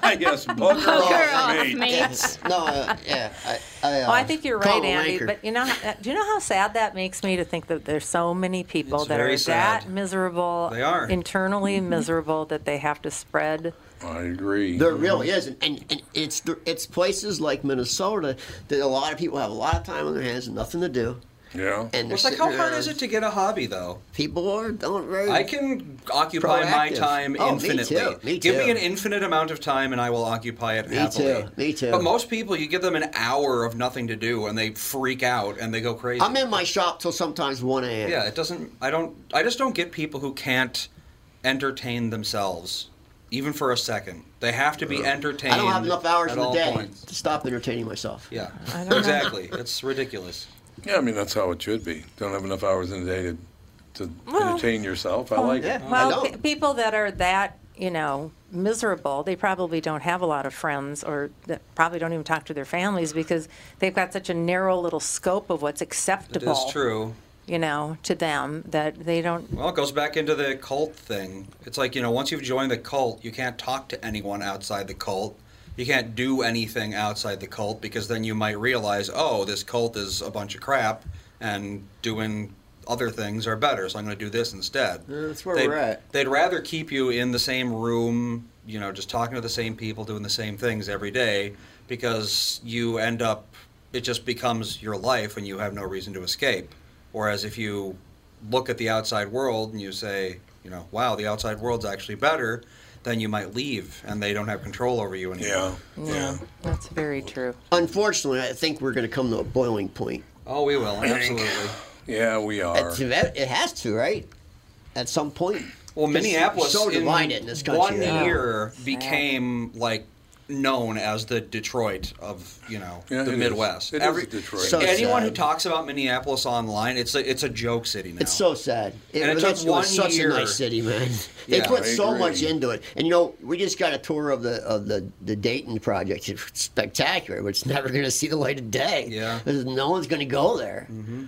I guess bugger Oh, off, off, mate. mate. No, uh, yeah. I, I, uh, Oh, I think you're call right, it a Andy. wanker. But you know, how- uh, do you know how sad that makes me to think that there's so many people It's that are very sad. that miserable, They are. internally miserable that they have to spread. I agree. There really is, and, and, and it's the- it's places like Minnesota that a lot of people have a lot of time on their hands and nothing to do. yeah. And Well, they're It's like sitting how hard around. is it to get a hobby though? People are don't very. I can occupy my Proactive. time Oh, me infinitely. too, me Give too. me an infinite amount of time and I will occupy it Me happily. too, me too. But most people, you give them an hour of nothing to do and they freak out and they go crazy. I'm in my shop till sometimes one a.m. yeah, it doesn't. I don't. I just don't get people who can't entertain themselves, even for a second. They have to be entertained. I don't have enough hours at in the all day points. to stop entertaining myself. Yeah, exactly. It's ridiculous. Yeah, I mean that's how it should be. Don't have enough hours in the day to to entertain yourself. I like yeah. it. I Well, don't. pe- people that are that you know miserable, they probably don't have a lot of friends, or that probably don't even talk to their families because they've got such a narrow little scope of what's It acceptable. is true. You know, to them that they don't. Well, it goes back into the cult thing. It's like, you know, once you've joined the cult, you can't talk to anyone outside the cult. You can't do anything outside the cult because then you might realize, oh, this cult is a bunch of crap and doing other things are better, so I'm going to do this instead. that's where they'd, we're at. They'd rather keep you in the same room, you know, just talking to the same people, doing the same things every day because you end up, it just becomes your life and you have no reason to escape. Whereas if you look at the outside world and you say, you know, wow, the outside world's actually better, then you might leave and they don't have control over you anymore. Yeah. Yeah. That's very true. Unfortunately, I think we're going to come to a boiling point. Oh, we will, absolutely. Yeah, we are. It's- it has to, right? At some point. Well, Because Minneapolis so in divided in this country. one right? year became like known as the Detroit of you know Yeah, the it is. Midwest. It is Detroit. So anyone sad. who talks about Minneapolis online, it's a it's a joke city now. It's so sad. It, And it was- took was one such year. a nice city, man. They Yeah, put I so agree. much into it, and you know, we just got a tour of the of the, the Dayton project. It's spectacular, but it's never going to see the light of day. Yeah. There's- no one's going to go there. Mm-hmm.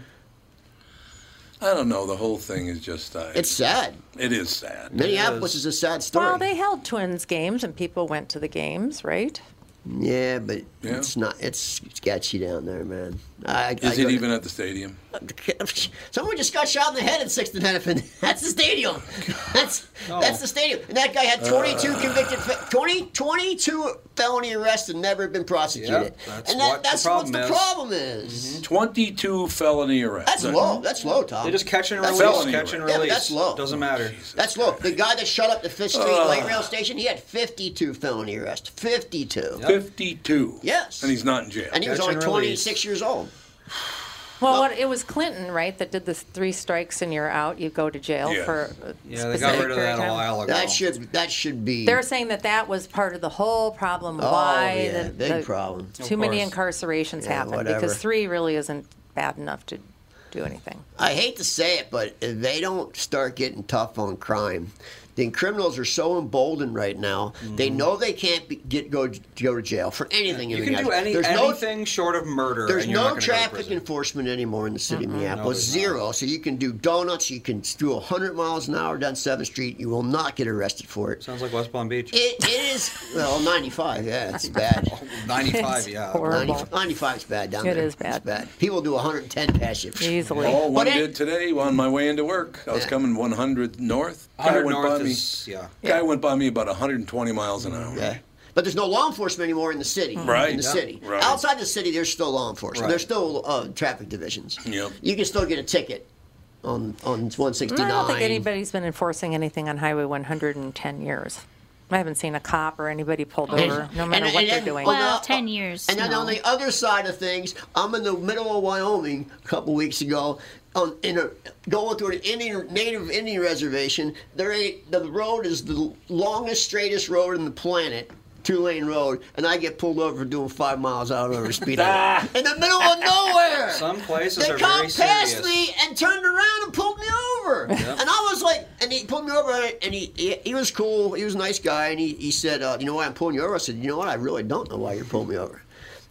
I don't know. The whole thing is just. Uh, It's sad. It is sad. Minneapolis is. is. a sad story. Well, they held twins games and people went to the games, right? yeah, but Yeah. it's not. It's sketchy down there, man. I, I Is it go to- even at the stadium? Someone just got shot in the head at Sixth and Hennepin. That's the stadium. That's that's the stadium. And that guy had 22 Uh. convicted, fe- 20, 22 felony arrests and never been prosecuted. Yep, that's and what the that's problem what the is. problem is. 22 Mm-hmm. felony arrests. That's low. That's low, Tom. They just catch and That's release, low. catch and Yeah, release. that's low. Doesn't matter. That's low. The guy that shut up the Fifth Street Uh. Ugh. light rail station, he had 52 felony arrests. 52. 52. Yes. And he's not in jail. And he was only 26 years old. Well, what, it was Clinton, right, that did the three strikes and you're out. You go to jail Yeah. for. a specific period of time. That should that should be. They're saying that that was part of the whole problem. Oh, why yeah, the, big the- problem. Too Of many course. incarcerations Yeah, happen whatever. because three really isn't bad enough to do anything. I hate to say it, but if they don't start getting tough on crime, then criminals are so emboldened right now. They know they can't be, get go go to jail for anything. Mm-hmm. in You can do Minneapolis. any, There's no anything short of murder. There's and you're no not gonna go to traffic prison. enforcement anymore in the city of Minneapolis. No, Zero. So you can do donuts. You can do 100 miles an hour down 7th Street. You will not get arrested for it. Sounds like West Palm Beach. It, it is, well, 95. Yeah, it's bad. 95, It's yeah. horrible. 95 95 is bad down It there. is bad. It's bad. People do 110 past you. Easily. Oh, one did today on my way into work. I was coming 100 north. Guy 100 went north by me- is- yeah. Guy went by me about 120 miles an hour. Yeah. But there's no law enforcement anymore in the city. Mm-hmm. Right. In the Yeah. city. Right. Outside the city, there's still law enforcement. Right. There's still uh, traffic divisions. Yep. You can still get a ticket on on 169. I don't think anybody's been enforcing anything on Highway 100 in 10 years. I haven't seen a cop or anybody pulled over, no matter what they're then- doing. now- years. And then no. on the other side of things, I'm in the middle of Wyoming a couple weeks ago, on in a going through an Indian native Indian reservation. There ain't the road is the longest, straightest road in the planet. Two lane road, and I get pulled over for doing five miles out over speed limit. in the middle of nowhere. Some places They are come very past serious. me and turned around and pulled me over. Yep. And I was like, and he pulled me over, and he he, he was cool. He was a nice guy, and he, he said, uh, "You know why I'm pulling you over?" I said, "You know what? I really don't know why you pulled me over."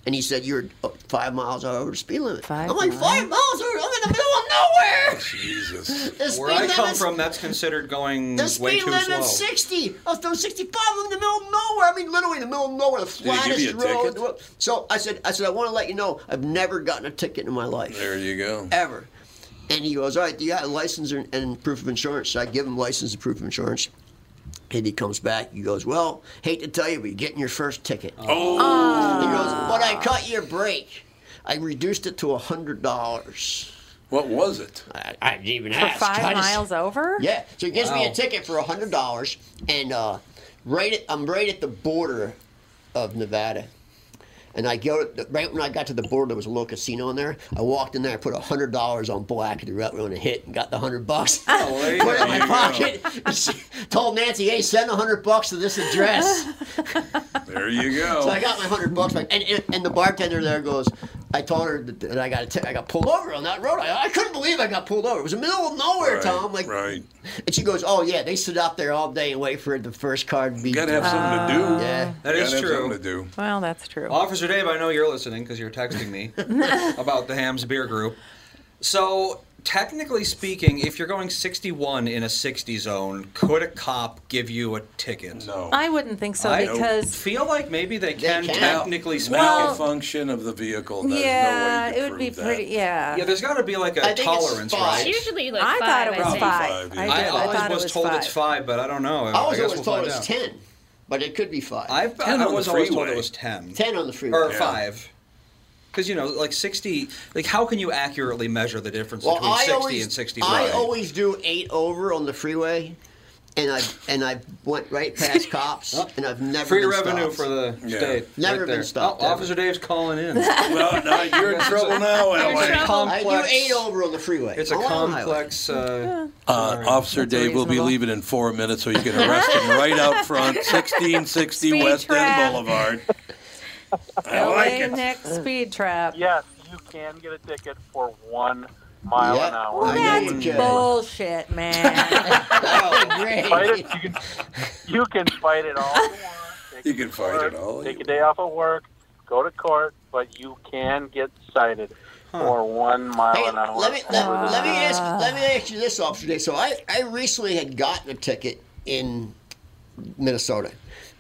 And he said, "You're uh, five miles out over the speed limit." i I'm like five miles over. I'm in the middle of nowhere. Jesus. The speed Where I come limit's- from, that's considered going The way speed too limit's slow. 60. I was doing 65 in the middle of nowhere. I mean, literally in the middle of nowhere, the he give you flattest a road. ticket? So I said, I said, I want to let you know, I've never gotten a ticket in my life. There you go. ever. And he goes, all right, do you have a license and, and proof of insurance? So I give him license and proof of insurance. And he comes back. He goes, well, hate to tell you, but you're getting your first ticket. Oh. He goes, but I cut your break. I reduced it to $100. What was it? I, I didn't even For ask. five I just- miles over? Yeah. So he gives me Wow. a ticket for $100. And uh, right at, I'm right at the border of Nevada. And I go right when I got to the border, there was a little casino in there. I walked in there, I put hundred dollars on black at the route on a hit, and got the hundred bucks. Oh, there you put it in go. my pocket. and She told Nancy, "Hey, send hundred bucks to this address." There you go. So I got my hundred bucks, back, and, and and the bartender there goes. I told her that that I got a t- I got pulled over on that road. I, I couldn't believe I got pulled over. It was the middle of nowhere, Right, Tom. Like, right. and she goes, "Oh yeah, they sit out there all day and wait for the first car to be." You gotta have something to do. Yeah, That You is gotta have true. something to do. Well, that's true. Officer Dave, I know you're listening because you're texting me about the Hams Beer Group. So, technically speaking, if you're going 61 in a 60 zone, could a cop give you a ticket? No. I wouldn't think so I because feel like maybe they can, can. technically speaking. Well, function of the vehicle. There's yeah, no way you it would be prove that. pretty. Yeah. Yeah, there's got to be like a I think it's tolerance, five. right? It's usually like I thought five, it was think. five. I did. I I always thought it was, was told it's five. five, but I don't know. I was guess always told we'll find it was out. ten, but it could be five. I, I was always told it was 10. 10 on the freeway. Or Yeah. 5. Because, you know, like 60, like how can you accurately measure the difference Well, between I 60 always, and 61? I always do eight over on the freeway, and I and I went right past cops, and I've never Oh. Free been revenue stopped. for the Yeah. state. Never right been there. stopped, Oh, ever. Officer Dave's calling in. Well, now you're in trouble now, You're in Elway. trouble. I do eight over on the freeway. It's a Oh, wow. complex. Uh, Uh, Officer Dave will be leaving in four minutes, so you can arrest him right out front, 1660 Speed West trap. End Boulevard. I LA like it. next speed trap. Yes, you can get a ticket for one mile an hour. Well, that's bullshit, man. Fight it. You, can, you can fight it all. You can fight it all. Take a day off of work, go to court, but you can get cited for one mile an hour. Let me let, let me ask let me ask you this, Officer Day. So I I recently had gotten a ticket in Minnesota,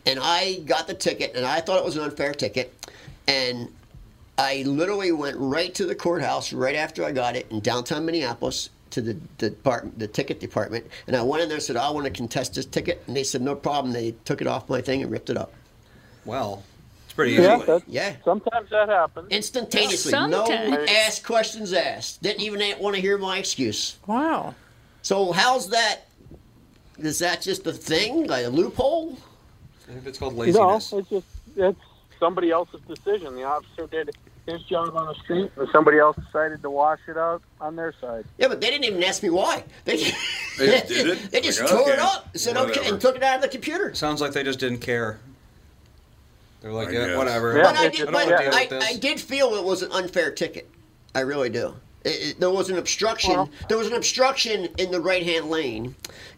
and I got the ticket, and I thought it was an unfair ticket, and I literally went right to the courthouse right after I got it in downtown Minneapolis to the, the department, the ticket department, and I went in there and said, "I want to contest this ticket," and they said, "No problem." They took it off my thing and ripped it up. Well, it's pretty Yeah, easy. that's- Sometimes that happens. Instantaneously. No Sometimes. ask questions asked. Didn't even want to hear my excuse. Wow. So how's that? Is that just a thing, like a loophole? It's called No, it's just it's somebody else's decision. The officer did his job on the street, and somebody else decided to wash it out on their side. Yeah, but they didn't even ask me why. They just, They just did it? They just Like, tore it okay, up. and Said okay, whatever. and took it out of the computer. Sounds like they just didn't care. They're like, yeah, guess. whatever. But I I did, don't but wanna deal I, with this. I did feel it was an unfair ticket. I really do. It, it- there was an obstruction. Well- there was an obstruction in the right-hand lane,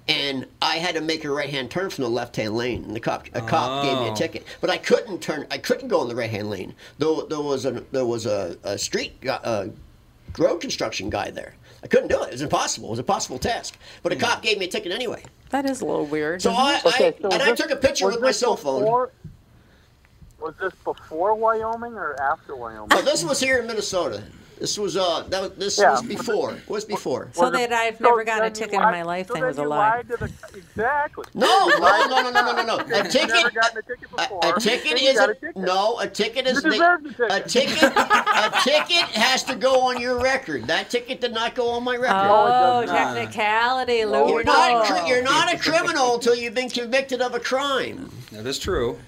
and I had to make a right-hand turn from the left-hand lane. And the cop, a cop, gave me Oh. a ticket, but I couldn't turn. I couldn't go in the right-hand lane. Though there was a there was a, a street gu- uh, road construction guy there. I couldn't do it. It was impossible. It was a possible task. But a cop gave me a ticket anyway. That is a little weird. Mm-hmm. So I, Hmm. Okay, I so and I this- took a picture was with my this cell phone. before- Was this before Wyoming or after Wyoming? No, this was here in Minnesota. This was uh, that was, this Yeah. was before. It was before. So that I've never gotten a ticket in my life so thing then was a you lie. lied to the- exactly. No, You no, lied no, no, no, no, no, no. A You've ticket- Never gotten a ticket before. A ticket Then you is got a, a ticket. no. A ticket You is deserve the a ticket. A ticket has to go on your record. That ticket did not go on my record. Oh, technicality, Lou. You're not, a, cri- you're not a criminal until you've been convicted of a crime. That is true.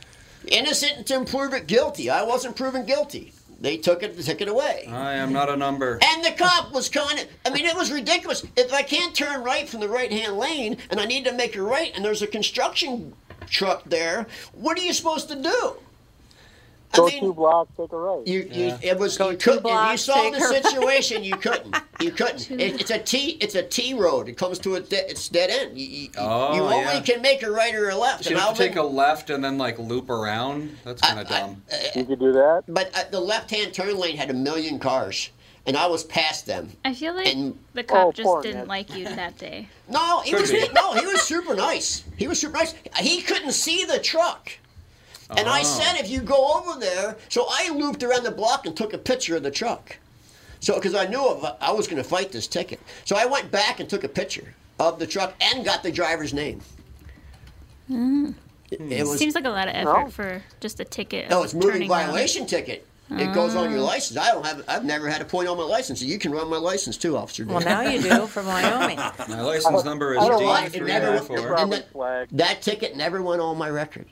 Innocent until proven guilty. I wasn't proven guilty. They took it, took it away. I am not a number. And the cop was kind of, I mean, it was ridiculous. If I can't turn right from the right hand lane and I need to make a right and there's a construction truck there, what are you supposed to do? Go two blocks, take a right. You, you, it was you couldn't. If you blocks, saw take the a right. situation, you couldn't. You couldn't. It, it's a T. It's a T road. It comes to a. De- it's dead end. You, you, Oh, you only yeah. can make a right or a left. She'd and have I'll to take a left and then like loop around. That's kind of dumb. you could do that. But uh, the left hand turn lane had a million cars, and I was past them. I feel like And- the Oh, cop just poor didn't man. like you that day. No, he Could was be. no, he was super nice. He was super nice. He couldn't see the truck. And I Oh. said, if you go over there, so I looped around the block and took a picture of the truck. So, because I knew if I was going to fight this ticket. So I went back and took a picture of the truck and got the driver's name. Mm. It, it was, Seems like a lot of effort No. for just a ticket. no, of it's moving turning around. violation ticket. It goes on your Ah. license. I don't have. I've never had a point on my license. You can run my license too, officer. Well, Dan. now you do from Wyoming. Oh, My license number is oh I don't like- it never went- and D394. that- That ticket never went on my record.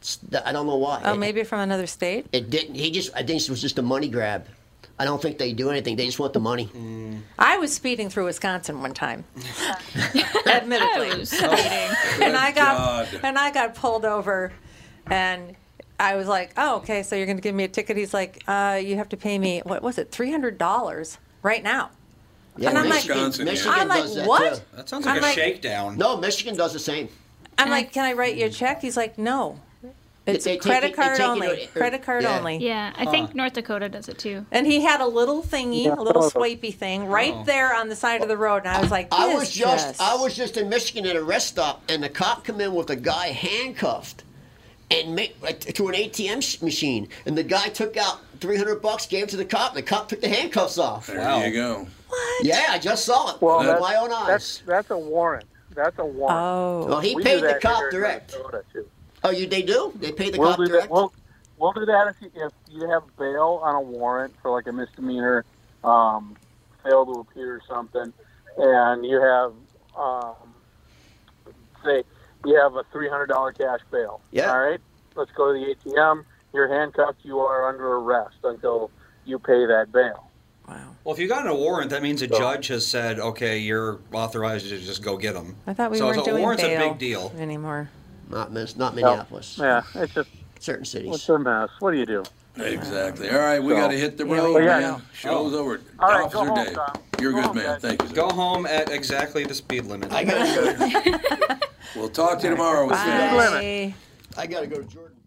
It's- I don't know why. Oh, It- maybe from another state? It didn't. He just. I think it was just a money grab. I don't think they do anything. They just want the money. Mm. I was speeding through Wisconsin one time. Admittedly. Oh, good and I got God. and I got pulled over and I was like, "Oh, okay, so you're going to give me a ticket." He's like, "Uh, you have to pay me what was it? $300 right now." Yeah, and I'm like, Michigan- Michigan I'm like, does that, "What?" too. That sounds I'm like a shakedown. No, Michigan does the same. I'm like, "Can I write you a check?" He's like, "No." It's They take credit it- they card take it only. or- credit card yeah. only. Yeah, I think North Dakota does it too. And he had a little thingy, a little swapey thing right Oh. there on the side of the road, and I was like, I "This was just, I was just in Michigan at a rest stop, and the cop come in with a guy handcuffed, and ma- like, to an ATM sh- machine, and the guy took out three hundred bucks, gave it to the cop, and the cop took the handcuffs off. There you go. Yeah, I just saw it Well, with that's, my own eyes. That's, that's a warrant. That's a warrant. Oh. Well, he We paid do the that cop here in direct. Minnesota, too. Oh, you they do? They pay the we'll cop do direct? That. We'll, we'll do that if you, if you have bail on a warrant for like a misdemeanor, um, fail to appear or something, and you have, um, say, you have a $300 cash bail. Yeah. All right, let's go to the ATM. You're handcuffed. You are under arrest until you pay that bail. Well, if you got a warrant, that means a judge has said, okay, you're authorized to just go get them. I thought we so weren't so doing warrant's bail a big deal. anymore. Not Miss, not Minneapolis. Yeah, it's just certain cities. It's a mess. What do you do? Exactly. All right, we got to hit the Yeah, road, we gotta man. go. Show's over. All right, Officer go home, Dave, Tom. you're a good man. Thank you. Go home at exactly the speed limit. I gotta go. We'll talk to you tomorrow. We'll see you. I gotta go to Jordan.